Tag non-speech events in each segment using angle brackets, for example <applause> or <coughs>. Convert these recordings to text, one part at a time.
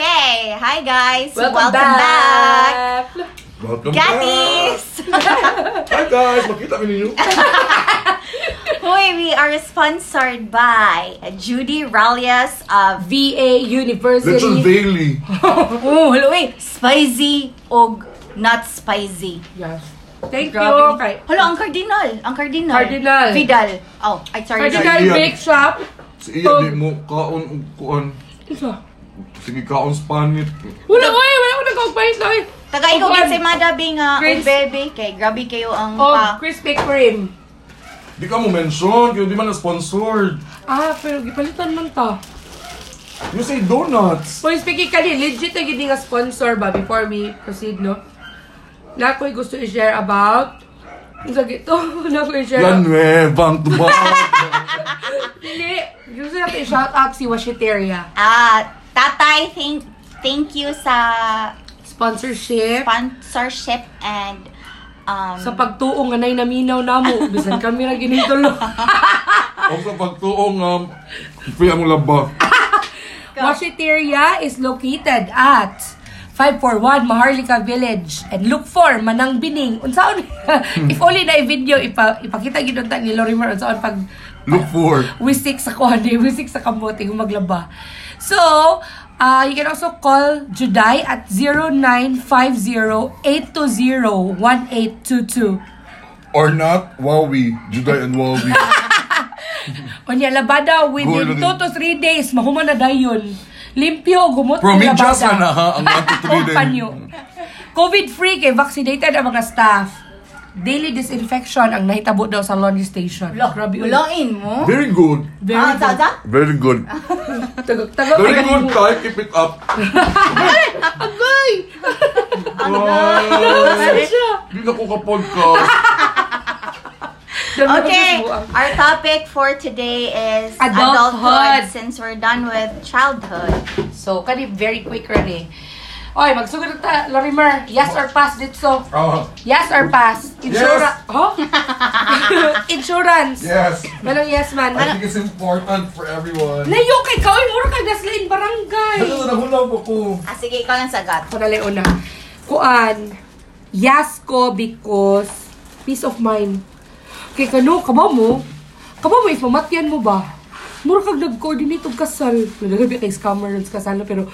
Hi guys! Ah, Welcome, <laughs> back! Welcome Gatis! <laughs> back! Hi guys! Makita mo ninyo? Hoy, we are sponsored by Judy Ralias of VA University. Little Bailey. Oh, hello eh! Spicy og not spicy. <laughs> Yes. Thank Grabe. you. Kay Hello, ang cardinal! Ang cardinal! Cardinal. Vidal! Oh, I sorry. Cardinal Ian. Bake Shop. Si Oh. iya di mo kaon ug kuan. Isa. Sige kaon spanit. Wala ko eh. Wala ko nagkakpahit na eh. Taga ikaw Upuan. gid si Madabi nga Chris. og bebe kay grabe kayo ang Oh, pa. crispy cream. Di ka mo mention, kaya di man na sponsored. Ah, pero gipalitan man ta. You say donuts. Kung speaking ka ni, legit na gini nga sponsor ba before me proceed, no? Na ako'y gusto i-share about sa gito, <laughs> na ako'y share. La nueva ang tuba. Dili, gusto natin i-shout out si Washiteria. Ah, tatay, thank thank you sa Sponsorship. sponsorship and um sa pagtuong nga nay naminaw namo bisan kami ra ginitulo O sa pagtuong um, free ang laba. Washiteria is located at 541 Maharlika Village and look for Manang Bining unsaon <laughs> if only na video ipa, ipakita gid unta ni Lorimer unsaon pag Look for. wisik sa kuhani, <laughs> wisik sa kamote, maglaba. So, uh, you can also call Juday at 0950-820-1822. Or not, Wowie. Juday and <laughs> Wowie. Onya, labada within 2 Good. to 3 days, mahuman na dayon. Limpyo, gumot ang labada. Promidya sana ha, ang Oh, natutulid. panyo. COVID-free kay vaccinated ang mga staff. Daily disinfection ang nahitabo daw sa laundry station. Lo- Grabe ulit. Uloin mo. Very good. Very ah, good. Zaza? Very good. Tagag- tagag- Very good, Kai. Keep it up. Agoy! Wow. Di na ko ka-podcast. Okay, our topic for today is Adulthood. since we're done with childhood. So, kani very quick rin eh. Oy, magsugod na ta, Lorimer. Yes or pass dito. Ah, Yes or pass? Insurance. Huh? <laughs> Insurance. yes. Walang yes man. I think it's important for everyone. Layo kay ka, oy, mura kag naslain barangay. Ano na hulaw ko ko? Ah, sige, ikaw lang sagat. Ako na lang una. Kuan, yes ko because peace of mind. Kay kano, kaba mo? Kaba mo, if mamatyan mo ba? Mura kag nag-coordinate og kasal. Nagagabi kay scammer nun sa kasal, pero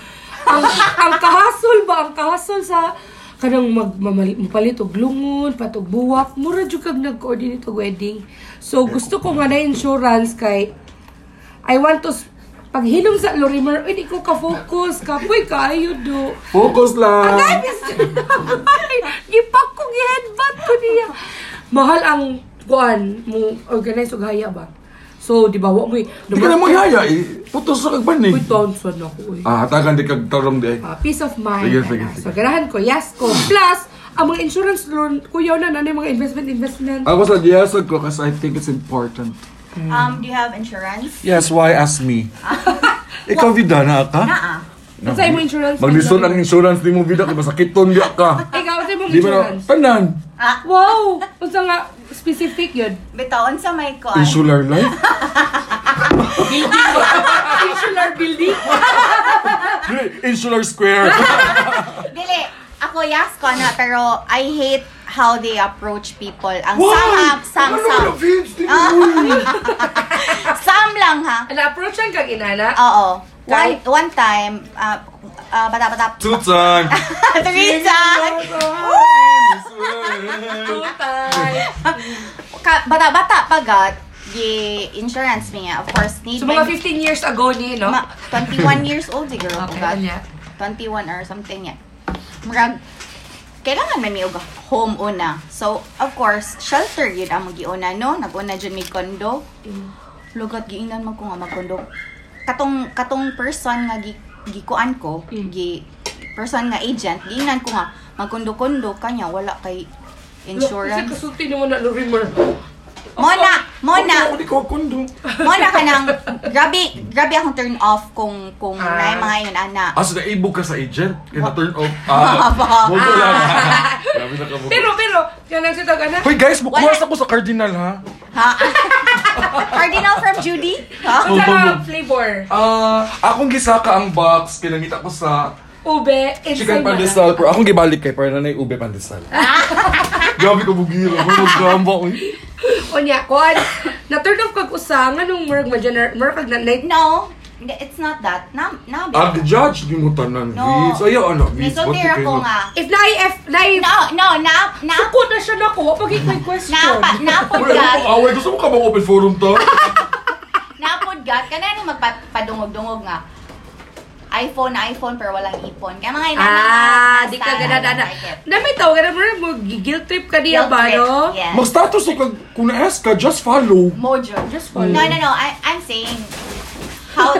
ang, ang kahasol ba? Ang kahasol sa kanang mag, mamali- mapalit og lungon, patog buwak, mura jud kag nag-coordinate og wedding. So, gusto ko nga na insurance kay I want to s- pag hinom sa Lorimer, uy, di ko ka-focus. Kapoy ka, do. Focus lang. Ay, Mr. Ay, Gipak ko gi-headbutt ko niya. Mahal ang kuan mo organize og haya ba. So, di ba wa mo Di ka na mo yaya eh. Putos sa kagbanig. Uy, tonson ako uy. Ah, hatagan di kag tarong di ay. Ah, peace of mind. Sige, sige, Ayan. sige. So, ganahan ko, yes ko. Plus, ang mga insurance loan, kuyaw na nanay mga investment, investment. Ako sa yes ko kasi I think it's important. Hmm. Um, do you have insurance? Yes, why ask me? Ikaw vida na ka? Naa. Ang sa'yo mo insurance? Maglison ang insurance ni mo vida kay masakiton di ka. Ikaw, sa'yo mo Di ba na insurance? tanan? Wow! Ang nga, specific yun. Bitaon sa may ko. Insular life? <laughs> Insular building? Insular <laughs> square. Dili, ako yes ko na, pero I hate how they approach people. Ang Why? sam, sam, Ano sam. na Vince? Di Ah. mo. Sam lang ha. Na-approach ang kag inana? Oo. One, Why? one time, ah, ah, <laughs> <laughs> bata-bata, Two time. three times, Tutay! ka- bata-bata pagat, gi insurance me nga. Of course, need So, mga my- 15 years ago ni, no? Ma- 21 years old si girl Okay, ko ba? anya. 21 or something yan. Murag, kailangan man may og home una. So, of course, shelter yun ang magiuna, no? Naguna dyan may kondo. Lugot, giingnan mo ko nga magkondo. Katong, katong person nga gi, gikuan ko, Mm. gi, person nga agent, giingnan ko nga, magkondo-kondo kanya, wala kay Kasi insurance. kasulti naman na Lorimer. <laughs> Oh, Mona! <laughs> Mona! Ako di ko kundo. Mo na ka nang, grabe, grabe akong turn off kung, kung Ah. na mga yun, ana. Ah, so naibo ka sa agent? Kaya Wa- na-turn off. <laughs> Ah, ya, Aba. bugo lang. Grabe na ka bugo. Pero, pero, yan ang sitaga na. Hoy guys, Wala. bukuhas ako sa Cardinal ha. Ha? Cardinal from Judy? Ha? Ang Oh, sarap bugo. flavor. Ah, akong gisaka ang box, kinangita ko sa ube, and Chicken salmon. pandesal, pero akong gibalik kay para nanay ube <laughs> pandesal. Grabe ka bugira, bro. Magkamba ko. O niya, kuan, na-turn off kag usa, nga nung murag ma-gener, murag kag na, like, No, hindi- it's not that. Na, na, Ah, Ag-judge ni mo tanan, No. Vids. Ayaw, ano, Vids. ba't di Misotera kayo ko nag- nga. if na-if, na-if, No, no, na, na, ako na siya na ko, pag iko'y question. napa, napod Uy, ano gat, Ya. pang away? Gusto mo ka bang open forum <laughs> to? napod gat, kana ni magpadungog-dungog nga. iPhone na iPhone pero walang ipon. Kaya mga ina Ah, di ka ganada na. Nami tao, ganun murag mo, guilt trip ka niya ba, no? Yes. Mag-status ka, kung na-ask ka, just follow. Mojo. Just No, follow. no, no. I, I'm saying, <laughs> how,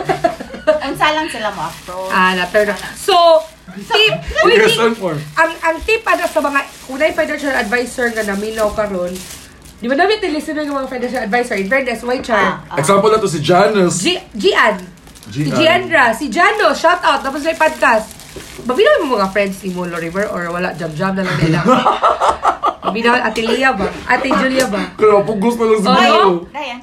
unsa lang sila mo approach. Ah, na-turn off. So, tip, uy, Yes, tip, I'm for. ang, ang tip ano sa mga, kunay financial advisor nga naminaw karon, di ba namin tilisunod ng mga financial advisor, in fairness, why char? Ah, Example na to si Janice. G- Gian. Gian. Si Gianra. Si Jano. Shout out. Tapos may podcast. Babinaw mo mga friends ni Molo River or wala, jam-jam na lang nila. Babinaw, Ate Lia ba? Ate Julia ba? Kaya po gusto lang si Oh, Bro. Dayan, dayan.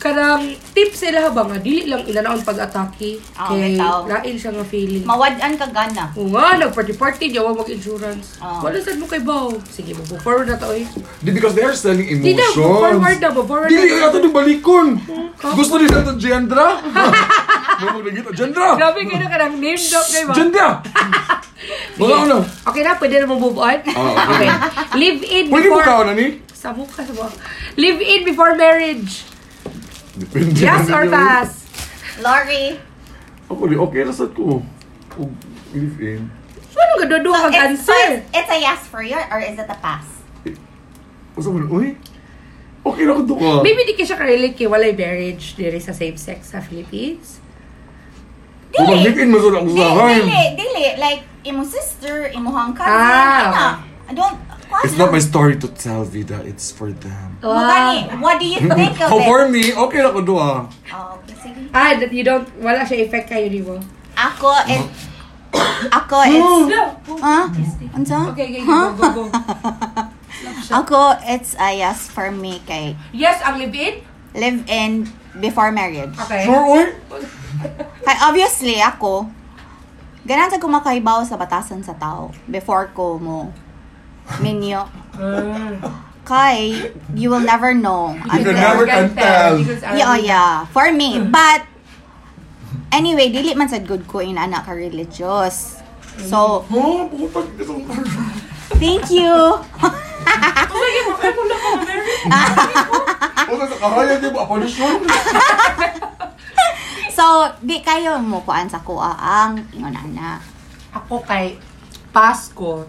Karang tips sila ba nga, dili lang ilanaon pag-atake. Oo, kay bitaw. lain siya nga feeling. Mawadan ka gana. Oo nga, nag-party-party, diyawa mag-insurance. Oo. Wala sad mo kay Bao. Sige, mag-forward na to eh. Di because they are selling Di na, emotions. mag-forward na, mag-forward Dili na. ka ito balikon. Gusto nila ito, <laughs> Jandra. Ano mo nagito? Jandra! Grabe ka na karang name drop kay Bao. <laughs> Jandra! Mga ano? Okay na, pwede na mag-move on? Oo, okay. Live in Pwede mo before... kao na ni? Sa mukha sa mukha. Live in before marriage. Depende. Yes na or ninyo. pass? Lori. Ako di, okay Oh, na sad ko. Ug- Live in. So, ano ka dodo So, ang it's, so answer? it's, it's a yes for you or is it a pass? Masa mo, uy? Okay na ko to ka. Maybe di ka siya karelate kay walay marriage diri sa same sex sa Philippines. Kung mag-live in, masun ako Dili, sa akin. dili, dili. Like, imo sister, imuhang ka. Ah. Ah. I don't, kwan It's not lang. my story to tell, Vida. It's for them. Mugani, what do you think <laughs> of Oh, it? for me, okay na ko to ah. Oh, okay, sige. Ah, that you don't, wala siya effect kayo ni mo. Ako, it, <coughs> ako, Oh. it's, huh? Ansa? Okay, okay, go, go, go. Ako, it's a yes for me kay <laughs> Yes, ang live-in? live in before marriage. Okay. Sure, uy? Kay obviously ako ganan sa kumakaibaw sa batasan sa tao before ko mo minyo. Uh, Kay you will never know. You can never can tell. Yeah, oh, yeah. For me, but anyway, dili man sad good ko in anak ka religious. So, Oh, putang ito. Ah. thank you. Oh Puta sa kahaya, di ba? Apalisyon. So, di kayo mo kuan sa kuha ang ingon ana. Ako kay Pasko.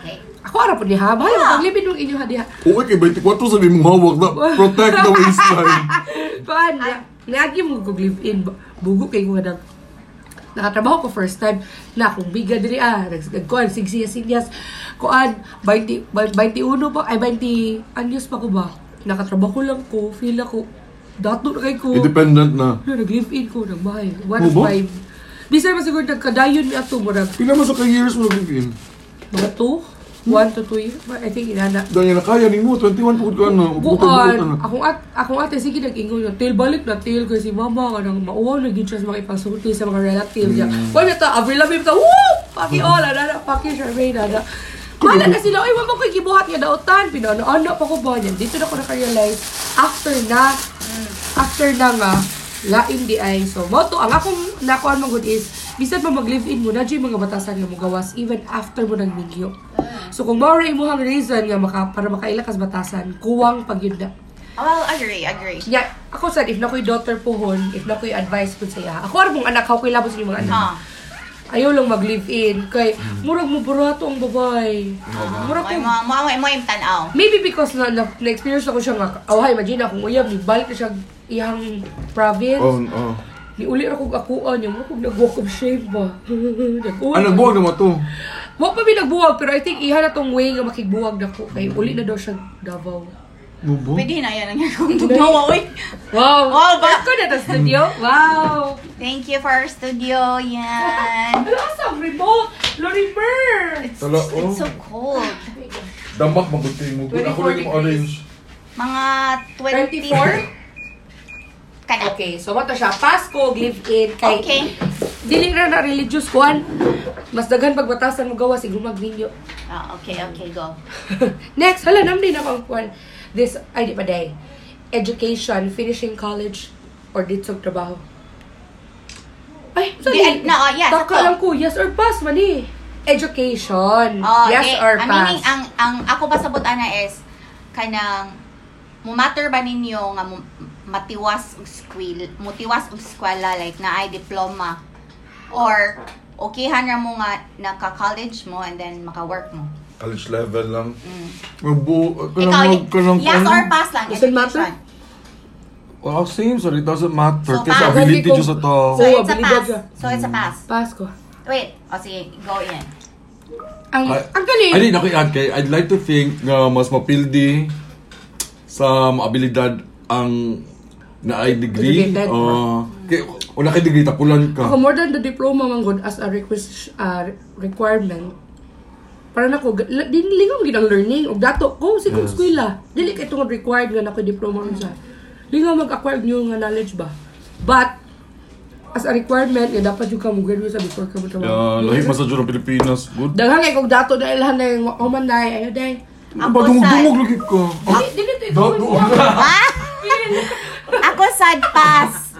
Okay. Ako ara po ni ha. Bahala mo, pag-live-in nung inyo ha di ha. Uy, kay 24 sabi mo hawak na. Protect the <laughs> waistline. Paan na? Lagi mo kong live-in. Bugo kay ko nang nakatrabaho ko first time na akong biga diri ah nagkuan sigsiya sigyas kuan 20 21 pa ay 20 anyos pa ko ba nakatrabaho ko lang ko feel ako dato na kay ko Independent na. no, nag live in ko nang bahay Oo ba? 1.5 bisan man siguro nagkadayon ni ato mo nag Pila mo sa kay years mo nag-live in? mga 2 1 to 2 years I think inana Dahil na kaya ni mo, 21 pukod ka na. ano? Kuan, akong at akong ate sige nag-ingon na tail balik na tail kasi mama ka nang mauwaw na gitras mga ipasulti sa mga relatives niya. Wala ta avril lavigne ta woo paki all ana na paki Charmaine ana. Wala na sila, ay wala ko gibuhat niya dautan, pinano-ano pa ko ba niyan. Dito na ko naka-realize after na after na nga lain di ay so moto ang akong nakuan mong good is bisan pa mag-live in mo na jay mga batasan nga mo gawas even after mo nang migyo so kung mao ra imong reason nga maka para makaila kas batasan kuwang pagyuda Well, agree, agree. Yeah, ako sad if na ko'y daughter pohon, if na ko'y advice ko sa iya. Ako ara mong anak, ako ko'y labos sa mga anak. Ah. Ayaw lang mag-live in kay Mm. murag mo burato ang babae. Ah. Murag ko Mo mo mo mo yung Oh. tanaw. Maybe because na, na, experience ako siya nga, oh, hi, imagine akong uyab, ni balik na siya iyang province. Oh, oh. Ni uli ra kog akuan yung kog nag-walk of shame ba. <laughs> Nag-uwan. Ano, buwag naman to. Wa pa mi nagbuwag pero I think iha na tong way nga makigbuwag dako kay uli na daw siya Davao. Bubo? Pwede na yan ang <laughs> kung dugnawa, oy. Wow. Wow, Oh, ba- Ako na to studio. Wow. Thank you for our studio, yan. Ano sa remote? Lorimer. It's, Tala, oh. it's so cold. Damak magunti mo. Ako 24 lang yung orange. Mga 24? 24? Kana. Okay, so mato siya Pasko live in kay Okay. Dili ra na religious kuan. Mas daghan pagbatasan mo gawa siguro magninyo. Ah, okay, okay, go. <laughs> Next, hala nam din ako kuan. This ay di pa day. Education, finishing college or dito sa trabaho. Ay, sorry. Di- na, oh, yeah, Taka sakto. lang ko, yes or pass, mani. Education. Oh, Mm. yes di- or Oh, ang pass. meaning- ang, ang ako pasabot ana is, kanang, mumatter ba ninyo nga mu- matiwas og skwil, mutiwas og skwela, like na ay diploma, or okayhan ra mo nga naka-college mo and then maka-work mo. College level lang. Mm. Magbu... Ikaw, Kanang mag... Kanang... ano? yes or pass lang, Doesn't matter? education. Wow, same. So, it doesn't matter. So, Kasi pa- ability Hindi ko- dyan sa tao. So, Oo, it's a abilidad pass. siya. So, it's a pass. pass ko. Wait, o sige, go in. Ang, Ay- ang galing. Ay, di, nakiadd kay. I'd like to think na mas mapildi sa mga abilidad ang na ay degree. Educated. Oo. kay, wala kay degree, tapulan ka. Ako more than the diploma man good as a requis- uh, requirement. Para nako dinlingam gid ang learning og dato ko sa kung eskwela. Dili kay tungod required nga nakoy diploma unsa. Lingaw mag-acquire new nga knowledge ba. But as a requirement nga dapat jud ka mo graduate sa before ka mo Yeah, trabaho. lahi man sa dyan ang Pilipinas. Good. Daghan kay kog dato na ilhan na eh, yung oman dai ayo dai. Ako Ba, dumog-dumog lagi ka. Dili dili to ikaw. Dato. Ah! <laughs> Ako sad pass.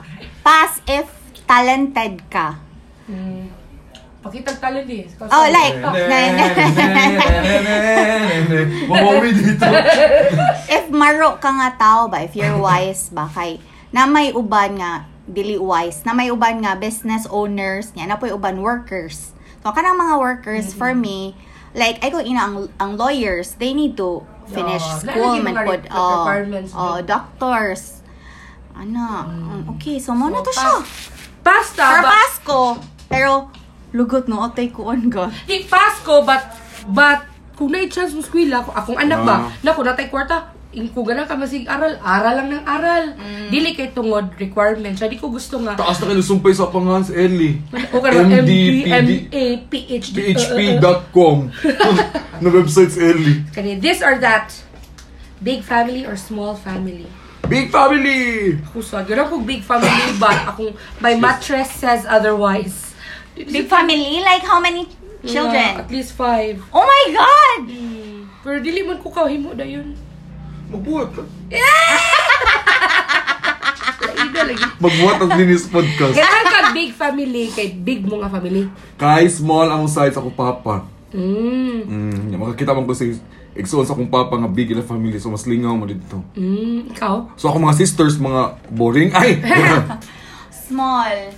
Pass if talented ka. Pakita talent eh. Oh, like, Mawawi dito. <laughs> if maro ka nga tao ba, if you're wise ba, kay, na may uban nga, dili wise, na may uban nga business owners, niya, na po'y uban workers. So, kanang mga workers, Mm-hmm. for me, like, ay ko ina, ang, ang lawyers, they need to finish Yeah. school, Lalagyan man mga po, re- oh, requirements Mm. oh, dyan. doctors, ano, okay, so, mo na to pass. siya. Pasta. Pero ba- Pasko, pero, lugot no, atay kuon ka. Di Pasko, but, but, kung na-chance mo skwila, kung akong anak ba, Ah. naku, natay kwarta, in- kung ganang ka masig aral, aral lang ng aral. Dili kay tungod requirement. Siya, di ko gusto nga. Taas na kayo sumpay sa pangalan si Ellie. O ka naman, MD, MD, MA, PhD. uh, uh, uh. php.com na website si Ellie. Kani, this or that. Big family or small family? Big family! Kusa, yun ako big family ba? Akong, my mattress says otherwise. Big family, like, how many Yeah, children? at least five. Oh my God! Pero dili man ko kahimo na yun. Magbuhat. Ida lagi. Magbuhat ang linis <laughs> podcast. Kailangan ka big family kay big mo nga family. Kay small ang size ako papa. Mm. Mm, yung makakita man ko si Exon sa akong papa nga big ila family so mas lingaw mo dito. Mm, ikaw? So ako mga sisters mga boring ay. Small.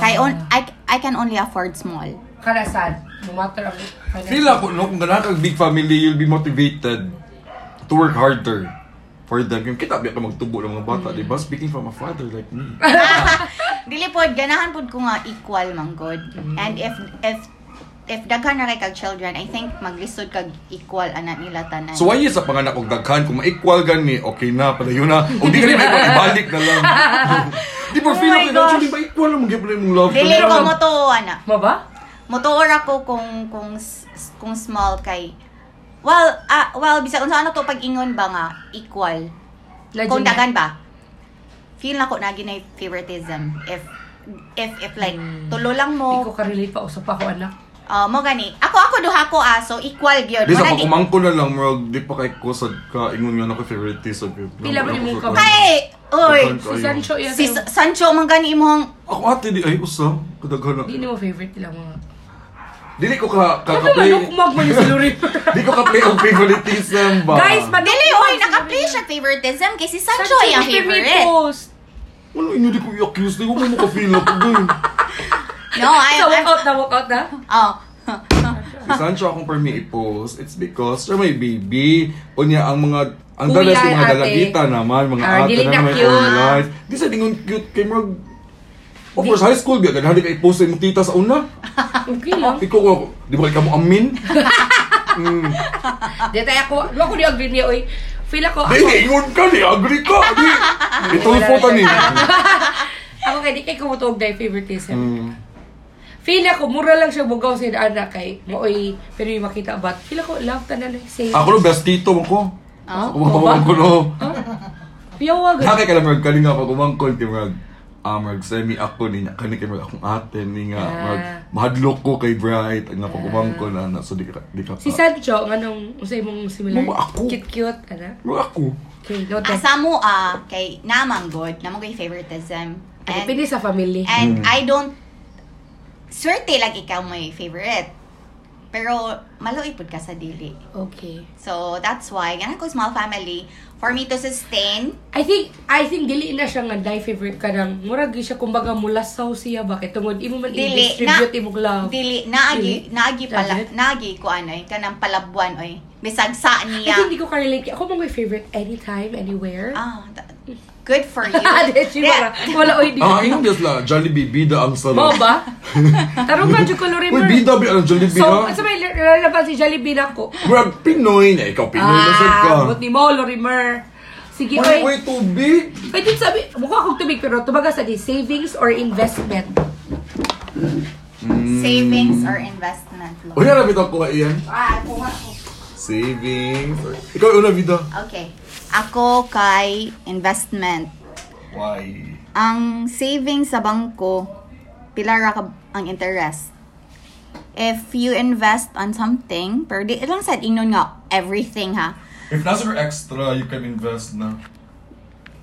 Kay on, I, I can only afford small. Kalasan. Bumatter ako. Kalasan. Feel ako no kung ganang kag big family you'll be motivated to work harder for them. Yung kita biya ka magtubo ng mga bata, di ba? Speaking from a father like me. Dili pod ganahan pod ko nga equal man good. And if if if daghan na kay kag children, I think maglisod kag equal ana nila tanan. So why yun sa panganak og daghan kung ma-equal gani, okay na pala yun na. O di ka rin ma-equal, ibalik na lang. di ba Oh feel my ako, actually gosh. ma-equal lang mag-give na yung love. Dili Pero- ko mo to ana. Mo ba? Motuor ako kung kung s- kung small kay Well, ah, well bisag unsa ano to pag ingon ba nga equal. Kung Legend. daghan ba? Feel na ko na ginay favoritism if if if like tulo lang mo Hindi ko ka-relate pa. Usap ako, anak. Oh, mo gani. Ako ako duha ko ah, so equal gyud. Di sa Wala di- pakumangko na lang, bro. Di pa kay kusad ka, ingon nga na ka favoritism. Pila ba yung mong kamay? Kay, oy. Si Sancho yan. Si Sa- Sancho man gani imong Ako ate di ay usa kadaghan. Hindi mo favorite nila mga. Dili ko ka ka, Ano ka play. man ako kumagman yung siluri? Di ko ka play ang favoritism ba. Guys, pag Dili oy naka-play siya favoritism kay si Sancho Sancho <laughs> yung yung favorite. post. Ano inyo di ko i-accuse? Di ko mo ka-feel ako doon. No, Sa I I'm, walkout na, walkout na. Oh. Si Sancho akong for me i-post. It's because siya may baby. O niya ang mga ang Kuya, dalas yung mga ate. dalagita naman, mga Ah, ate dili na na may cute. online. Di sa dingon cute kay Murag. Of course, high school, gano'n hindi ka i-post sa imong tita sa una. Okay lang. Ikaw ko, di ba ikaw <laughs> mo amin? Mm. Di tayo ako. Wala ko ni-agree niya, oy. Feel ako, Di, ako, ingon ka, di agree ka. Di. Ito yung photo ni. <laughs> ako kay di kay kumutuog na yung favoritism. Hmm. Feel ako, mura lang siya bugaw sa anak kay Mooy, pero yung makita ba? Feel ako, love ka na eh. lang say. Ako lo, best tito mo ko. Ah? Kumakawan ko no. Piyawa Nakay ka lang, Merg. Kalinga pa, kumangkol, Merg. ah, murag semi ako niya, kani kay murag akong ate ni nga, Ah. murag mahadlok ko kay Bright, ang Ya. napagumam ko na, na so di ka, di ka Si Sancho, anong usay mong simulan? Mama, ako. Cute-cute, ana? Murag ako. <laughs> Okay, go to. Asa mo ah, kay namang good, namang kay favoritism. Ano, And, pili sa family. and Hmm. I don't, swerte lang ikaw may favorite. Pero maluoy pud ka sa dili. Okay. So that's why, ganang ko small family, for me to sustain, I think, I think dili na siya nga die favorite ka ng murag siya kumbaga mulasaw siya ba kay tungod imo man dili i-distribute imong love. Dili, Dili? naagi, naagi pala, Dagit? naagi ko ano, eh, kanang palabuan oy. Bisag sa I niya. think di ko ka-relate. Ako mga favorite anytime, anywhere. Ah, da- good for <laughs> you. Ah, di, siya mara. Wala, oy, di. Ah, inang bias la, Jollibee, bida Mo ang sarap. <laughs> ba? Tarong ka, Joko Uy, Lorimer. bida, bida ang Jollibee So, ha? sa may lalaban si Jollibee na ko. Murag Pinoy na, ikaw Pinoy na sad ka. Ah, but ni mo, Lorimer. Sige, Uy, oy. uy, tubig! Pwede sabi, mukha akong tubig pero tumaga sa di, savings or investment. <laughs> Savings or investment. Lo. Uy, alam ito ko iyan. Ah, kuha ko. Savings. Ikaw una Eh, bida. Okay. Ako kay investment. Why? Ang savings sa bangko, pila ra ka ang interest. If you invest on something, pero di lang sad ingnon nga everything ha. If nasa for extra, you can invest na.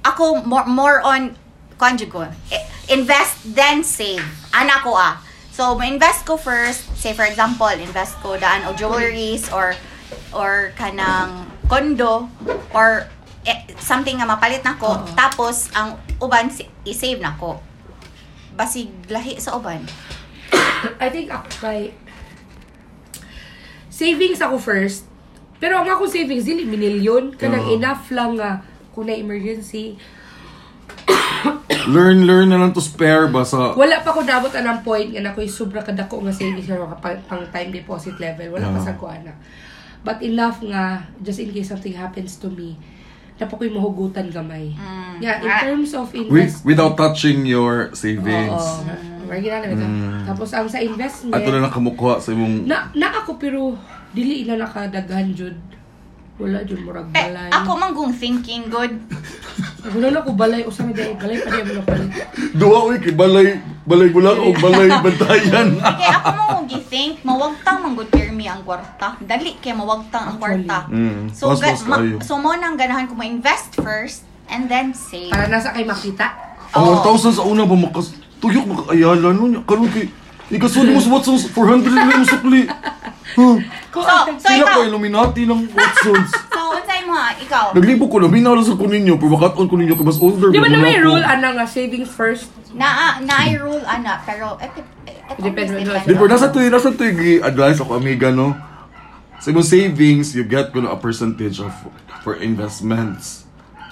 Ako more, more on conjugal. eh, Invest then save. Anak ko ah. So, ma-invest ko first. Say for example, invest ko daan o jewelries or or kanang kondo or eh, something nga mapalit na ko. Oo. Tapos, ang uban si- i-save na ko. Basig lahi sa uban. I think ako kay... Savings ako first. Pero ang akong savings, dili minilyon. Kanang Oo. enough lang nga kung na-emergency. Learn, learn na lang to spare ba sa... Wala pa ko nabot ang point nga na ako'y sobra kadako nga savings nga mga pang, pang time deposit level. Wala pa Yeah. sa ko ana. But enough nga, just in case something happens to me, na pa ko'y mahugutan gamay. Mm. Yeah, in Ah. terms of With, investment. without touching your savings. Oo. Regular na ito. Tapos ang sa investment, Mm. Ato na lang kamukha sa imong... na, na ako pero dili na nakadaghan jud. Wala jud murag Pe, balay. Eh, ako manggung thinking good. Wala na ko balay usa na dai balay pa diay balay. Duwa, uy, kay balay, balay bulak o <laughs> balay bantayan. Kaya ako mong think, mawagtang mong good me ang kwarta. Dali kay mawagtang ang Actually. kwarta. Mm, So, mas- ga- mas ma- kayo. so mo nang ganahan ko ma-invest first and then save. Para nasa kay makita. Ang Oo. 1,000 sa una ba makas... Tuyok makaayala nun. Karoon kay... Ikasod mo sa Watsons, 400 lang yung <laughs> sukli. Huh. Ko So, so Sila ikaw, ko, Illuminati ng Watsons. so unsay mo ha, ikaw. Naglibo ko na, binawala sa ko ninyo, pero bakataon ko ninyo, kay mas older. Di ba pero na may wala ko. rule ana nga savings first? Na na rule ana pero eh, et, et, et, Depende always on- Di ba, nasa tuwi, nasa tuwi, advice ako, amiga, no? Sa imong savings, you get ko na a percentage of for investments.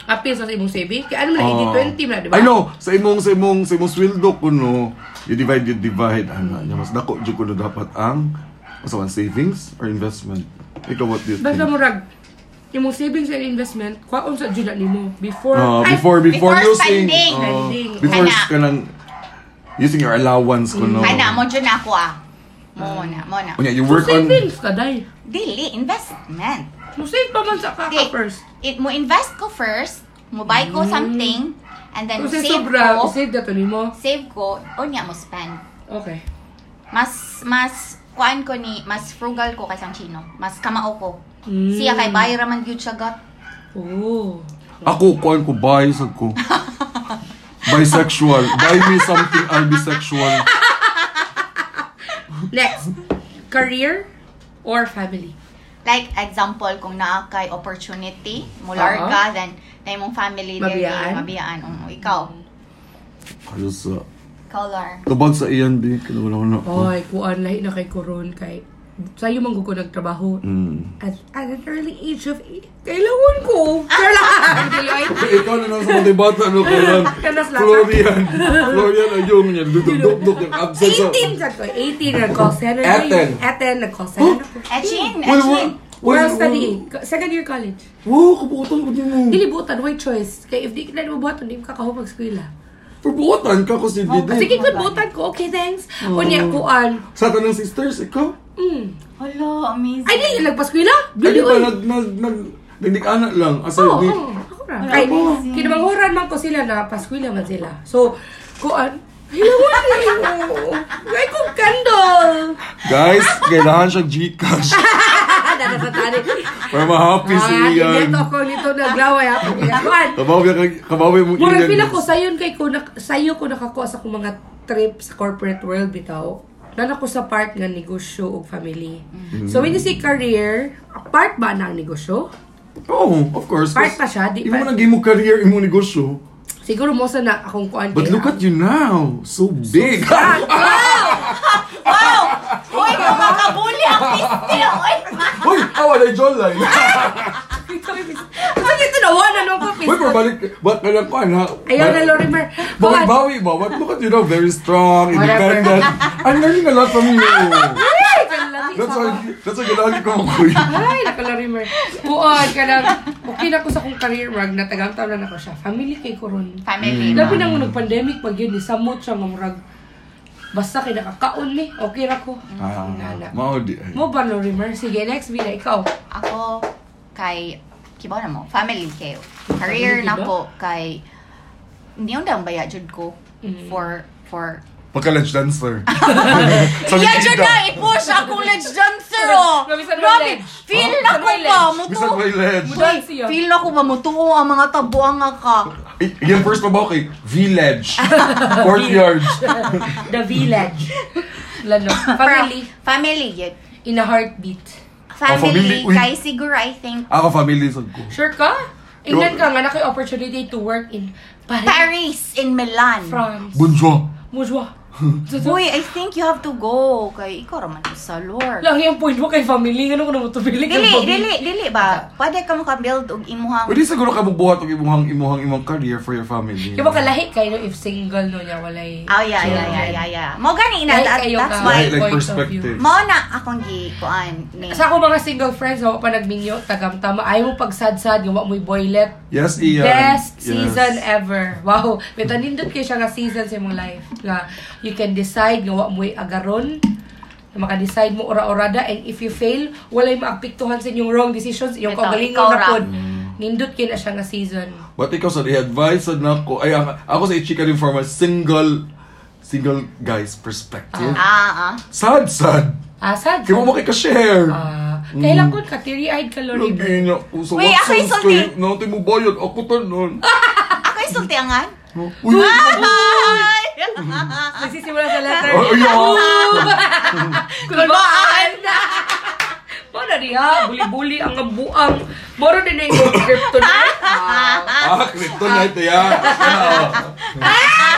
Apil sa imong savings. Kaya ano man Oo. na 80-20 man, di ba? Ah. I know, sa imong, sa imong, sa imong sweldo ko, no? You divide, you divide. Ano, niya, mas dako, dyan ko na dapat ang, masawan, savings or investment? Ikaw, what do you think? Basta murag imong savings and investment, kwaon sa jud na nimo before Ah, Ay, before, before before, using, spending. ah, Spending. before Kana. ka nang, using your allowance ko, no? Ana Hmm, mo dyan ako ah. Mo Mm. na, mo na. O niya, you so work on, savings ka dai. Dili investment. Mo save pa man sa kaka Di- first. It, mo invest ko first, mo buy ko something and then Kung sa save sobra, ko. save na to nimo. Save ko, o niya mo spend. Okay. Mas mas kuan ko ni mas frugal ko kaysa ang chino. Mas kamao ko. Mm. Siya kay bayra man gyud siya got. Oh. Ako, kuan ko, bi, sag ko. Bisexual. Buy me something, I'll be sexual. Next, career or family? Like example kung naa kay opportunity, mularga then na imong family there, Mabiyaan? mabiyaan um, ikaw. Ayos sa... Color. Tabag sa iyan, di. Kinawala ko na ako. Ay, kuan lahi na kay Koron kay sa'yo man ko nagtrabaho. Mm. At, at an early age of eight, kailangan ko. Ah. Pero <laughs> lang. Ikaw na nasa mga bata, <laughs> ano ko lang. Kanas lang. Florian. Florian, ayong niya. Dudok-dok yung absent sa... 18 na ko. 18 na call center. na yun. Eten. Eten, nag-call center ako. Etchin, Wait, etchin. Where well, studying? Co- Second year college. Wow, kabuotan ko din mo. Dili butan, why choice? Kaya if di ka na butan, di ka kahumag eskwela. Perbuotan ka kasi di Oh, Sige, din. good butan ko. Okay, thanks. O Oh. niya, kuan. Sa tanong sisters, ikaw? Mm. Hello, amazing. Ay, dili nagpa-eskwela? Ay, Dili, di ba, oy. nag... nag... nag... Nagdik-anak lang. Asal Oo, di... oh. oo. Ako ra. Ay, kinabanguran man ko sila na Paskwila man sila. So, Kuan. Hilawan niyo. Kay kong <laughs> candle. Guys, kailangan siya Gcash. Ah, dadakatari. Para ma-happy si Ah, Ian. Ito ako nito naglaway ako. Kuan. Kabaw ka kag- kabawi mong Mura Ian. pila ko sayon kay ko nak sayo ko nakakuha sa kong mga trip sa corporate world bitaw. Nana ko sa part nga negosyo ug family. Mm-hmm. So when you say career, part ba na ang negosyo? Oh, of course. Part pa siya, di Imo pa- na mo career, imo negosyo. Siguro mo sa na akong kuan But <laughs> look at you now. So big. Ah, Wow! Uy, kumakabuli ang pistil! Uy, ma- Hoy, awa na yung jawline. Kasi ito na wala nung ko Hoy, pabalik. Ba't ka lang ko, ha? Ayaw na Lorimer. Bakit Kuan. bawi ba? But look at you now, very strong, Whatever. independent. I'm learning a lot from <laughs> you. Ay, kalami That's sa- why, that's why kailangan ko makuya. Ay, nakalarimer. Kuan ka lang. Okay na ko sa kong career rag na tagang taon na ako siya. Family kay ko ron. Family. Mm. Labi na mo nag-pandemic pag yun, isamot siya nga murag. Basta kay nakakaon ni, okay ra ko. Ah, Nana. mao di. ay. Mo ba Lorimer? Sige, next bila ikaw. Ako kay, kibaw na mo, family kayo. Career Family, na diba? ko kay, hindi yung dang baya jud ko Mm. for, for, Pagka-lunch <laughs> dancer. Sabi Iya ni jud Ida, na i-push akong ledge dancer oh! Grabe, saan Grabe! may ledge? Feel Oh, na saan ko may ba, ledge? muto! Bisag may ledge. Mudan siya. Feel na ko ba, mutuo ang mga tabuang nga ka. I- Yung first pa ba okay? <laughs> Village. Courtyard. The village. Lalo. Family. Pero, Family, yet. In a heartbeat. Family, Oh, family, uy. kay siguro I think Ako, family sa ko. Sure ka? Ingnan ka nga na kay opportunity to work in Paris, Paris in Milan. France. Bonjour. <laughs> Mujwa. Uy, I think you have to go. Kay ikaw raman to sa Lord. Lang yung point mo kay family. Ano ko naman ito? Bili ka Dili, family. dili, dili ba? Pwede ka makabuild og imuhang Pwede siguro ka magbuhat og imuhang imuhang imong career for your family. Di ba kalahi kayo no, if single no niya walay. Oh, yeah, yeah, yeah, yeah, yeah. Mo gani na, Like that, kayo that's ka. Like, why. like Point of perspective. view. Mo na akong gi, kuan, ni. Sa ako mga single friends, wala pa nagminyo, tagam-tama. Ayaw mo pag sad-sad, gawa mo'y boylet. Yes, Ian. Best Yes. season ever. Wow. May tanindot kayo siya nga season sa imong life. Nga, you can decide, gawa mo'y agaron. Na Maka-decide mo ora-orada. And if you fail, walay maapiktuhan sa inyong wrong decisions. Yung Ito, kagalingon ikaw na ra. pod. Nindot kayo na siya nga season. But ikaw sa i-advise sa nako. Ay, ang- ako sa Ichika rin from a single single guy's perspective. Ah, ah. Sad, sad. Asad. Kaya mo makikashare. Ah, kailan ko ka, teary-eyed ka, Lori. Lagi niya ko sa Uy, ako yung salty. Nauti mo bayad. Ako to nun. Ako isultiangan. Uy, Ah! Ay! Nagsisimula sa letter. Oh, Ay, ay, ah. <laughs> Kulbaan na! Mara niya, buli-buli ang buang. Mara din na yung kryptonite. <laughs> Wow. Ah, kryptonite yan. Ah,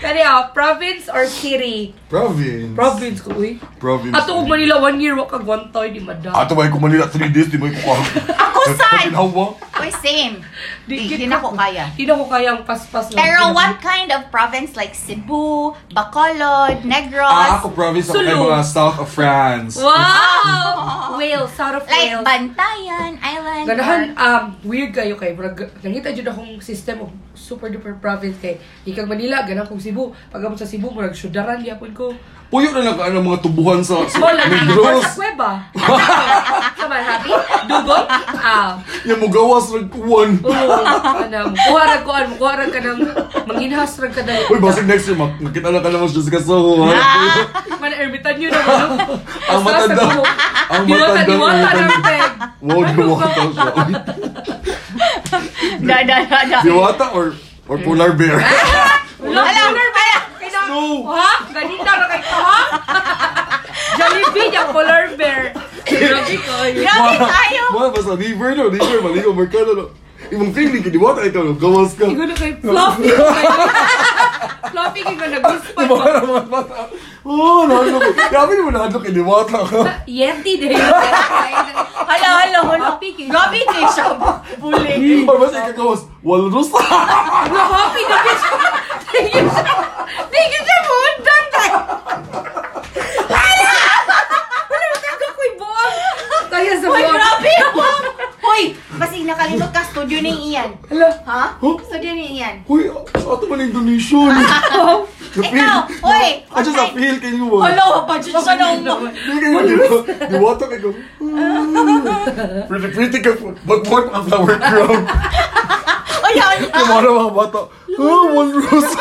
Kaya, ah, province or city? Province. Province ko, uy. Province. Ah, Ato kung Manila, one year, wakag one toy, di Ah. madam. Ato ba ko Manila 3 days, di mo ko Ako sad. Hawa. Uy, same. Di, Di- di na ko Oh, kaya. Hindi na ko kayang paspas lang. Pero what kind of province like Cebu, Bacolod, Negros? Ah, ako province ako kay Sulu. mga south of France. <laughs> Wow! Wales, out of Like Wales. Bantayan Island. Ganahan, or- um, weird kayo kay Brag. Nangita dyan akong system of super duper province kay Ikag Manila, ganang kong Cebu. Pag abot sa Cebu, murag syudaran yapon <laughs> ko. Puyo na lang ka ng mga tubuhan sa, sa Wala na ako Negros. sa kuweba. <laughs> Sa Manhattan. Dugong? Ah. Yan mo gawas ng kuwan. Oo. Ano, kuharag ko, ano, kuharag ka ng manginhas rag ka dali. Uy, basig next year, mak- makita na ka naman siya sa kaso. Ah! Man, ermitan yun ano? naman. no? Ang Basta matanda. sa kumo. Ang Diwata, matanda. diwata ng peg. Wow, diwata siya. <laughs> <laughs> Da, da, da, da. Diwata or or polar bear? Ah, Wala, wala, wala. Kailangan- No. Ha? Ganita na kayo, <laughs> ha? Jollibee niya, polar bear. Grabe ko. yun. Grabe tayo! Mga basta, liver no, liver, maligo, merkado no. Imong feeling ka, diwata ikaw no, gawas ka. <laughs> Igo na kayo, fluffy ko kayo. Fluffy ko na gusto Diba na mga bata? Oo, nahadlok Oh, ko. Grabe naman nahadlok kay diwata ka. Yeti din. Hala, hala, hala. Grabe kay siya. Buli. Or mas ikagawas, walrus. Happy na bitch. Thank you siya. Thank you siya po. Dantay. Wala mo tayo kakoy buong. Kaya sa Uy, buong. grabe! Hoy! Basi, nakalimot ka. Studio ni Ian. Hala. Ha? Huh? Studio ni Ian. Uy, sa ato man <laughs> Indonesian. Ikaw! Hoy! At sa feel kayo mo. Hala, pa dyan siya. Hindi kayo dito. Diwata kayo. mm. Pretty, pretty ka po. Magbuhat mga flower crown. Uy, ayaw niya. Kaya mga na mga bata, ah, Monrose!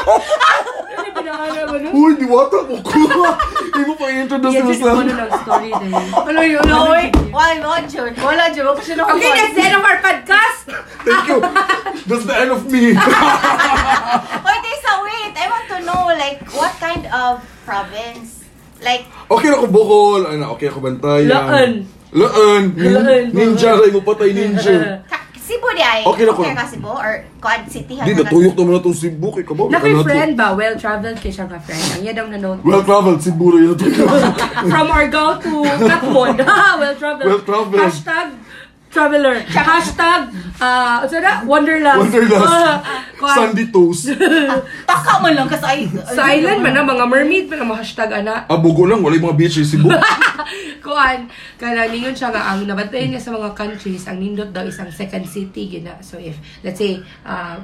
Ano ba na ba nun? Uy, di bata ko kuha! Ibo pa i-introduce Yeah, nila just sa... one lang story din. Ano yun? No, wait. Wala, Jun. Wala, Jun. Kasi na Okay, that's the end of our podcast. Thank you! That's the end of me! Wait, Isa, wait. I want to know, like, what kind of province? Like, Okay na ako Bohol, ano, okay ako Bantayan. Laan. Laan. Nin- Laan. Ninja, kaya mo patay <laughs> ninja. ka- Cebu di ay. Okay na ko. ka Cebu or Quad City? Di, natuyok naman na itong Cebu, kay kabaw. Naki-friend ba? Well-traveled kay siya ka-friend. Ang yan ang nanonood. Well-traveled, Cebu rin natuyok. <laughs> From Argao to <laughs> Katmon. Well-traveled. Well-traveled. Hashtag traveler. Hashtag, ah, uh, na? Wonderlust. Wonderlust. <laughs> Ah, kuwan. Sandy Toast. Taka mo lang kasi ay. Sa island man na, mga mermaid pa na mga hashtag ana. Abugo lang, wala yung mga beach eh, Cebu. Kuan, kaya ningon siya nga ang nabantayan niya sa mga countries, ang nindot daw isang second city gina. So if let's say uh,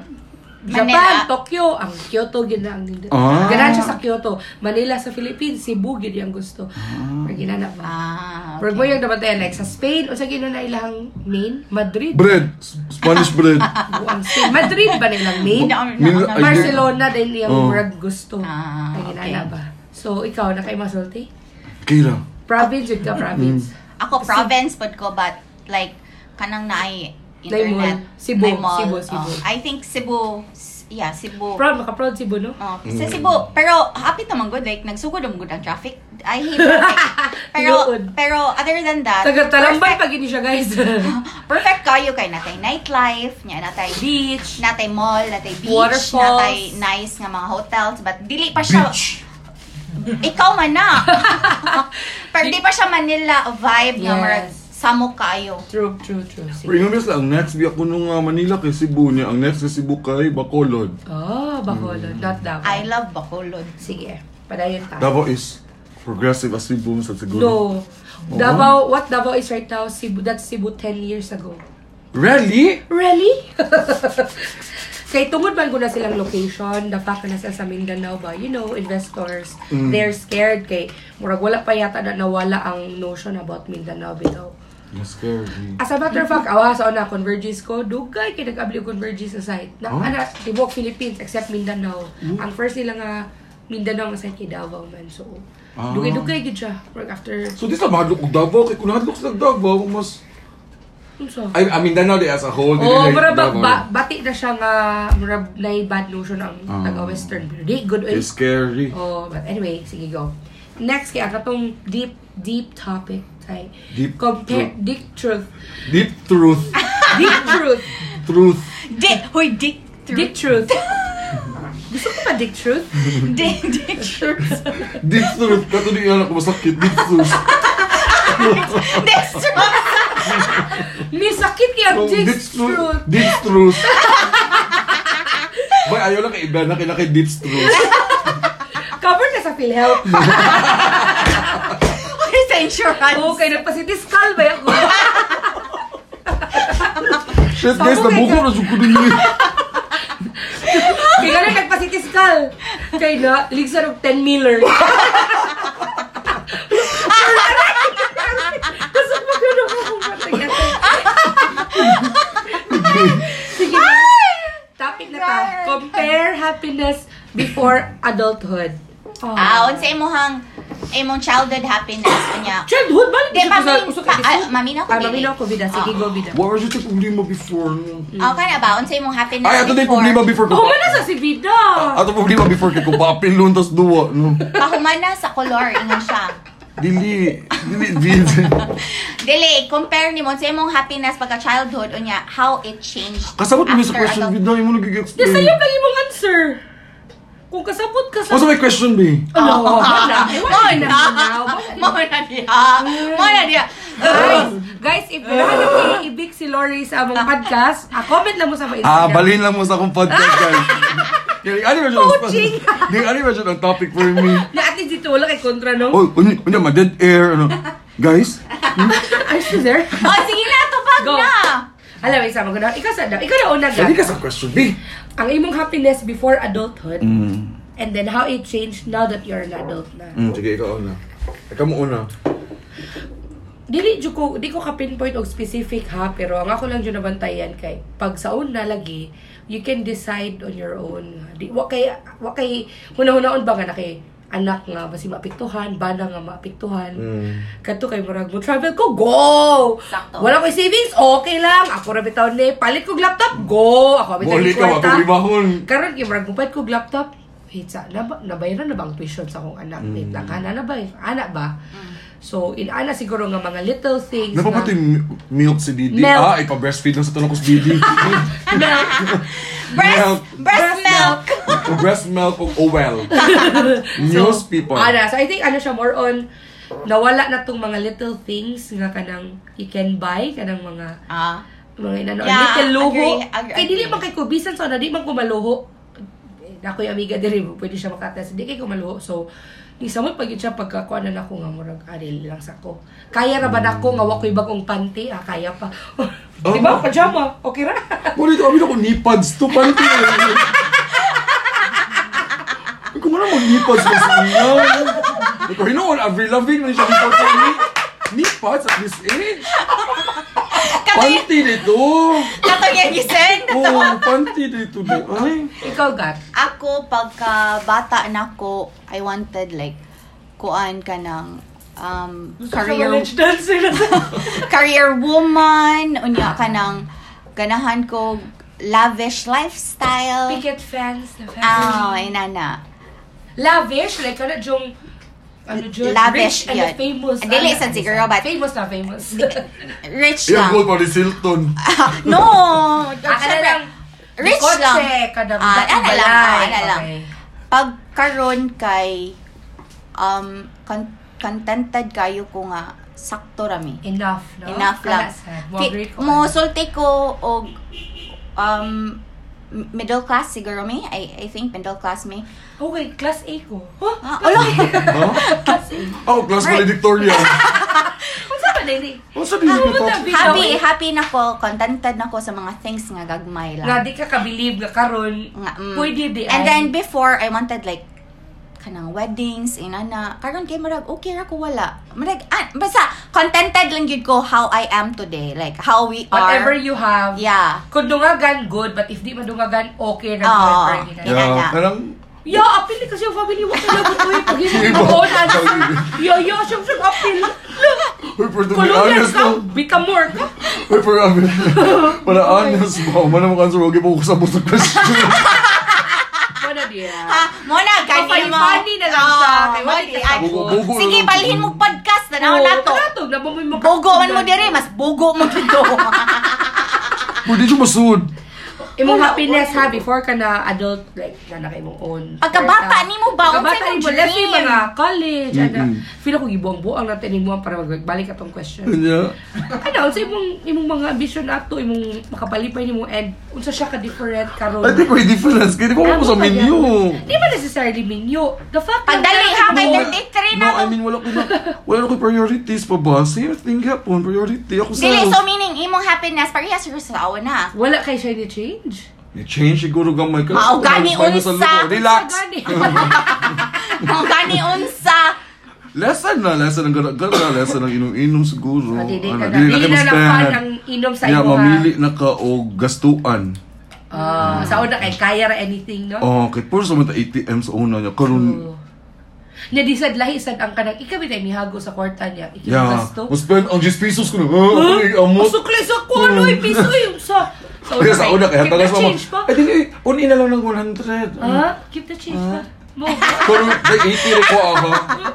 Japan, Manila. Tokyo, ang Kyoto gina ang nindot. Ah. Ganahan siya sa Kyoto, Manila sa Philippines, Cebu gid ang gusto. Ah. ginana ba? Ah, Pero mo yung nabantayan like sa Spain o sa gina na ilang main Madrid. Bread. S- Spanish bread. Buang Spain. Madrid ba na ilang main? Ina- Nil- ina- ay, Barcelona din yung Oh. murag gusto. Ah, ang ginana okay. ba? So ikaw na kay Masulti? Kira. Province yun ka Mm. province. Ako province pod ko but like kanang naay Naay internet. mall. Cebu, Naay mall. Cebu, Cebu. Oh, I think Cebu, s- yeah, Cebu. Proud, maka-proud si Bono. Oh, sa Cebu. Pero happy naman good. Like, nagsugod naman good ang traffic. I hate traffic. pero, Tinuod. pero other than that, Taga-talambay pag ini siya, guys. <laughs> perfect kayo kay natay nightlife, niya natay Beach. natay mall, natay beach, Waterfalls. natay nice nga mga hotels, but dili pa siya... Ikaw man na! Pero di pa siya Manila vibe nga Yes. marag samo kayo. True, true, true. Sige. Pero ingon lang, ang next biya ko nung ah, Manila kay Cebu niya. Ang next kay Cebu kay Bacolod. Oh, Bacolod. Not Davao. I love Bacolod. Sige. Padayon tayo. Mm. Davao Oh. is progressive as Cebu sa siguro. No. Davao, what Davao is right now, Cebu, that's Cebu 10 years ago. Really? Really? <laughs> Kay tungod man ko na silang location, the fact na sila sa Mindanao ba, you know, investors, Mm. they're scared kay murag wala pa yata na nawala ang notion about Mindanao bitaw. I'm scared. eh. As a matter of fact, awa sa una, Converges ko, dugay kay nag-abli yung Converges sa site. Na, Oh? Mm. ana, tibok Philippines, except Mindanao. Ang first nila nga, Mindanao nga site kay Davao man. So, Ah. dugay-dugay gid siya. Work after, So this na mahadlok og Davao kay kun hadlok sa Davao mas unsa? I, I mean Danao di as a whole dili Oh, like mura ba, Davao. ba, bati na siya nga, mura na bad notion ang Ah. taga-western. Pero di, good oil. It's scary. Oh, but anyway, sige go. Next kay ang katong deep, deep topic. Tay. Deep Compare, truth. deep truth. Deep truth. Deep truth. truth. Di! Hoy, di! Dick Truth. Gusto ko pa Dick Truth? Di! Di! Truth! Deep truth. Kato di anak ko masakit. Deep <laughs> truth. That's truth! May sakit kaya Oh, Dick deep Truth. Deep truth. Boy, ayaw lang kay iba na kay na kay deep truth. Covered na sa PhilHealth. What is the insurance? okay, nagpasitiscal ba ako? Shit guys, Sabog nabuko na jud ko din yun. Kaya na nagpasitiscal. Kaya na, ligsan og 10 miller. Gusto ko magkano ko kung matagyan. Sige na. Topic na ta. Compare happiness before adulthood. Oh. Ah, unsa imong imong childhood happiness kanya. Childhood, balik dito Di, sa mami- usok pa- ah, mami na ako, Ah, mami baby. na ako, bida. Sige, Ah. go, bida. What was your problema before? no? Oh, Okay na ba? Unsa imong happiness Ay, ato na yung before? problema before ko. Oh, man, nasa si Bida! Ato problema before kay ko papin loon tas duwa no. Pahumana sa color ingon siya. Dili, dili bid. Dili, compare ni mo sa imong happiness pagka childhood unya how it changed. Kasabot mo yun after sa ano? question adult- B, dahil mo Yes, nag-explain. sayang lang yung answer. Kung kasabot ka sa... What's my question B? Ano? Wala. Wala na. Mo na diha. Ah, Mo na diha. Guys, guys, if nahanap kayo ibig si Lori sa among podcast, ah, comment lang mo sa mga Ah, balhin lang mo sa akong podcast, guys. Kaya, ano ba dyan? Coaching! Di, ano ba dyan ang topic for me? Na at least dito wala kay kontra, no? Oh, unya, unya, ma dead air, ano. Guys, Are you still there? Oh, sige na to bag Go. na. Alam, mo, isama ko na. Ikaw sa Ikaw na una, hindi Gab. ka sa question B. Ang imong happiness before adulthood, Hmm, and then how it changed now that you're an adult na. hmm, sige, ikaw una. Ikaw mo una. dili jud ko di ko ka pinpoint og specific ha pero ang ako lang jud nabantayan kay pag sa una lagi you can decide on your own. Di, wa kay, wa kay, huna-hunaon ba nga na kay anak nga, basi maapektuhan, bana nga maapektuhan. Kato kay murag mo travel ko, go! Sakto. Wala ko'y savings, okay lang. Ako ra bitaw ni, palit kog laptop, go! Ako bitaw Boli ni ka, kwarta. makulibahon. Karon kay murag mo palit kog laptop. Wait, sa, nab- nabayaran na ba ang tuition sa akong anak? Mm. Wait lang, kana na ba? Anak ba? So, inana siguro nga mga little things. nga- <laughs> Napapati m- milk si Didi. Milk. Ah, ipa-breastfeed lang sa tanong ko si Didi. Breast, Milk. breast milk. Breast milk o well. News people. Ana, so I think ano siya more on nawala na tong mga little things nga kanang you can buy kanang mga Ah. mga inano Yeah, little luho. agree, agree, Kay dili agree. man kay ko bisan sa na di man ko maluho. Ako yung amiga diri mo, pwede siya makatest. Di kay ko maluho. So ni sa mo pag yun siya pagkakuha na nako nga murag aril lang sa ko. Kaya ra ba nako nga wa ko'y bagong panty? Ah, kaya pa. di ba? Pajama. Okay ra. Mo dito kami na kung nipads to panty. Kung ano mo nipads na sa inyo. Ikaw hinuon, Avril Lavigne na siya dito ko ni. Nipads at this age. Panty dito. Katong yung gising. Oo, panty dito. di- Ay. Ikaw gat. Ako, pagka bata na ako, I wanted like, kuan ka ng um, career, dancing na sa <laughs> career woman, unya ka ng ganahan ko lavish lifestyle. picket fans. na fans. Ah, inana. Lavish, like ano yung ano yung Lavish rich and yun. famous. Dili ano, sad siguro, but- Famous na <laughs> famous. Rich Yung goal lang. pa ni Silton. <laughs> no! Ah, Akala ano, lang, Rich kotse, lang. kadang Ah, dating ano lang, balay. ah, ano lang. Okay. Pagkaroon kay, um, con- contented kayo ko nga, sakto rami. Enough, no? eh. Enough lang. Ki- Mag-rate ko. eh. Mo sulti ko og um m- middle class siguro me. I I think middle class me. Okay, class A ko. Huh? Ah, ala. Ha? Class A. Ako, class valedictorian. Kung saan ba, Lily? Ano sa dito Ako to? na, bitch. happy happy na ko, contented na ko sa mga things nga gagmay Nga lang. di ka ka-believe nga karon. Nga, mm. Pwede eh. di And ay. then before I wanted like kanang weddings inana karon kay marag okay ra ko wala marag ah, basta contented lang gyud ko how I am today like how we are whatever you have, yeah kung dungagan, good. But if di madungagan, okay na. Oo. good, pwede na. Inana. Yeah, parang Yo, apil ni kasi yung family mo eh. talaga ko yung pag-ibig ko na. Yo, yo, siyang siyang apil. Look, Uy, for to be kulungan honest, ka, no? bitamor ka. Uy, for, <laughs> para honest, ba? Wala mo cancer, huwag ipo ko sa buto question. Wala niya. Ah, mo na gani mo. Kapalipani na lang sa akin. Oo, Wala di- ka sa ay- Bugo, bugo. Sige, balhin mo podcast na naon nato. Kanatog, nabamoy mo. Bugo man mo dire, mas bugo mo <laughs> dito. Pwede siya masood. Imong Wala, happiness wala. ha, before ka na adult, like, na na kay mong own. kwarta. Pagkabata ni mo ba? Pagkabata Unsay ni mo, mong let's say dream? mga college, ano. Mm-mm. Feel ako gibuang-buang natin ni mo para magbalik atong question. Kanya. Ano, unsa imong imong mga ambition ato, imong makapalipay nimo and unsa siya ka different karon? Ay, di pwede difference. Kaya di ba wala ko sa menu? Di ba necessarily menu? The fact na- Pagdali ha kay Mo- 33 na No, ko. I mean, wala ko na. Wala ko priorities pa ba? Same thing hapon. Priority ako sa... Dili so meaning imong happiness parehas siguro sa awa <laughs> na. Wala kay siya ni-change? Change siguro gamay ka. Mao gani Ano sa unsa? lupo? Relax. Gani. Mo gani unsa? Lesson na. Lesson ang gana. Lesson ang inom-inom siguro. Ah, dili ka Ano, na. Dili na lang fan ng inom sa Kaya imo, ha? mamili na ka o gastuan. <laughs> Ah, sa una kay kaya ra anything, no? Oh, kay puro sa mga ATM sa una niya. Karun, Oo. Nya di sad lahi sad ang kanang ikabi tay mihago sa kwarta niya. yeah. Ikagasto. Mas spend ang 10 pesos ko na. Oh, ay, amot. <laughs> Hmm. Masukli sa kuno ay piso yung sa. Sa Kaya sa una, kaya tagas tagas pa mo. change pa. Ay, dili, unin na lang ng 100. Ha? Keep the change pa. Hmm. Mo. Pero, like, 80 rin ko ako.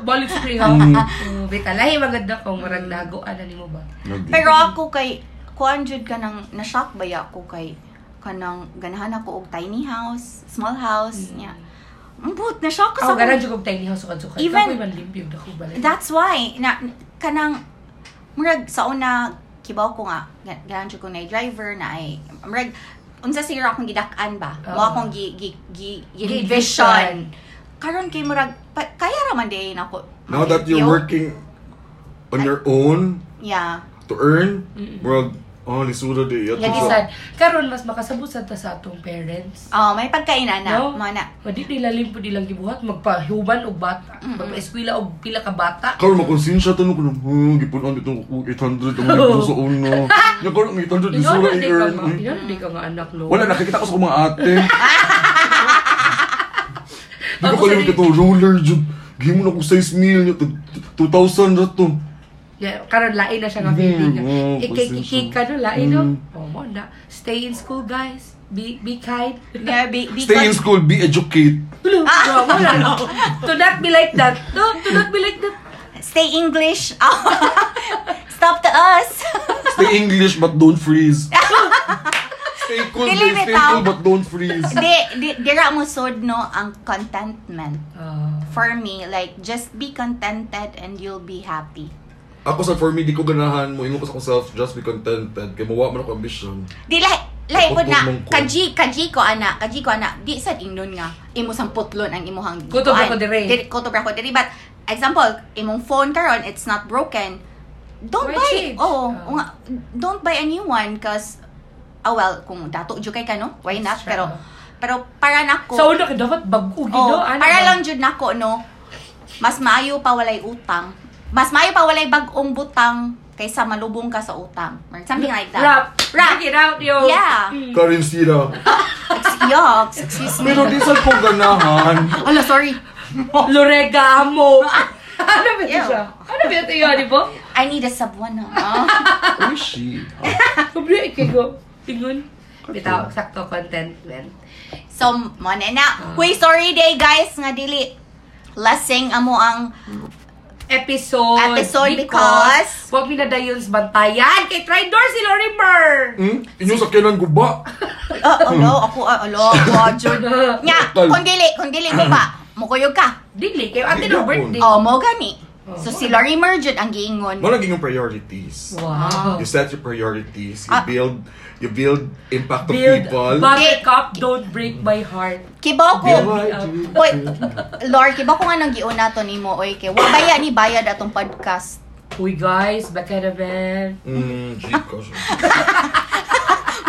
Balik spray ha. Hmm. Oh, Bita lahi maganda ko murag nagoan na nimo ba. Pero ako kay kuan jud ka nang na-shock ba ya ako kay kanang ganahan ako og tiny house, small house Mm. niya. Ambot na shock ko Ako sa garan jud kog tiny house sukad sukad. Even- Even man limpyo dako balik. That's why na kanang murag sa una kibaw ko nga gan- ganan jud ko na driver na ay murag unsa siguro akong gidak-an ba? Oo. Wa akong gi gi gi, gi- Gi-envision. vision. Karon kay murag pa, kaya ra man day na ko. Now that you're Yo. working on your own Yeah. to earn, bro, Oh, lisura di. Yato Nga sa... bisan karon mas makasabot sad ta sa atong parents. Oh, may pagkainan na. No? Mga na. Wadi nila limpo dilang gibuhat magpahuban og bata, magpa-eskwela og pila ka bata. Karon makonsensya tanong ko nung, hmm, gipunan dito ko 800 ang libo sa una. Nga karon ang 800 lisura Inano di ka i-earn. nga, eh. inano di ka nga anak no. Wala, nakikita ko sa mga <laughs> ate. Di ko Tapos kalimit sabi- ito, oh, roller jug. Gihimo na ko 6 mil niya, tag- 2,000 na to. Yeah, karon lain na siya nga Mm, feeling. Oh, Eh, oo, Ikikikik ka no lain no. Mm. Oh mo na. Stay in school guys. Be be kind. <laughs> Yeah, be, be Stay in school, be educate. Tulo. Ah, mo na. no. To not be like that. No, to not be like that. Stay English. Oh. <laughs> Stop to us. Stay English but don't freeze. <laughs> stay cool, Dili babe, stay bitaw. cool but don't freeze. di, di, dira mo sod no ang contentment. Ah. For me, like, just be contented and you'll be happy. Ako sa for me, di ko ganahan mo. Ingo ko sa akong self, just be contented. Kaya mawa man ako ambition. Di lahi, lahi po na, Putlon ko. kaji, kaji ko ana, kaji ko ana, di sad ingnon nga, imo sang putlon ang imuhang Kutob ra ko kuan. dire. Diri- Kutob ra ko diri, but, example, imong phone karon it's not broken, don't Why buy, change? oh, Oh. nga, don't buy a new one, cause, ah well, kung dato jud kay ka, no? Why not? That's Pero, true. pero para nako, Sa una ka dapat bago gid no. Oh, Ano para ba? lang jud nako no. Mas maayo pa walay utang. Mas maayo pa walay bag-ong butang kaysa malubong ka sa utang. Or Something like that. Rap. Rap. Check it out, yo. Yeah. Currency na. Ex- yucks. Excuse me. Pero di sa ko <laughs> ganahan. Ala, sorry. <laughs> Lorega <laughs> mo. ano ba ito Ew. siya? Ano ba ito yun, di ba? I need a sub one. ah. Oh, shit. Sobrang ikigo. Tingon. Bitaw, sakto contentment. <laughs> So, mo na na. Uy, sorry day guys nga dili lasing amo ang Episode. Episode because- Huwag minadayon sa bantayan kay Tridor si Lori Burr. Hmm? Inyo sa kailan ko ba? <laughs> oh, alo, ako ah, alo, ako jud. Nya, kung dili, kung dili mo ba, mukuyog ka. Dili, kayo ate ng birthday. Oh, mo gani. So si Lori Merjud ang giingon. Mga naging yung priorities. Wow. You set your priorities. You Ah. build, you build impact of Build people. buttercup, don't break my heart. Kibaw ko. Build- Hoy, Lord, kiba ko nga nang giuna to ni mo, oy, kay wabaya ni bayad atong podcast. Uy guys, back at <laughs> event. Hmm, jeep ko siya.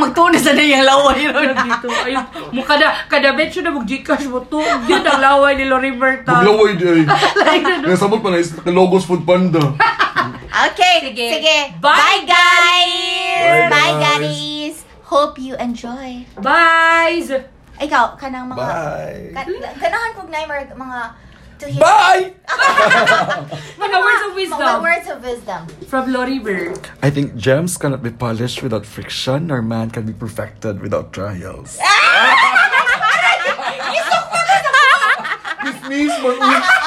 Magtunas na na yung laway ron. Dito, ayun. Mukha na, kada betyo na mag-gcash mo to. Yun ang laway ni Lori Burr. ano? ta. <laughs> Maglaway di ay. Nasabot eh. pa na is logos food panda. Okay, Sige. sige. Bye, Bye, guys! guys! Bye, guys! Hope you enjoy. Bye! Ikaw, kanang mga... Bye. Ka, kanahan kog na yung mga- mga... To hear, Bye! Mga words of wisdom. Mga words of wisdom. From Lori Burr. I think gems cannot be polished without friction, nor man can be perfected without trials. Dismiss mo.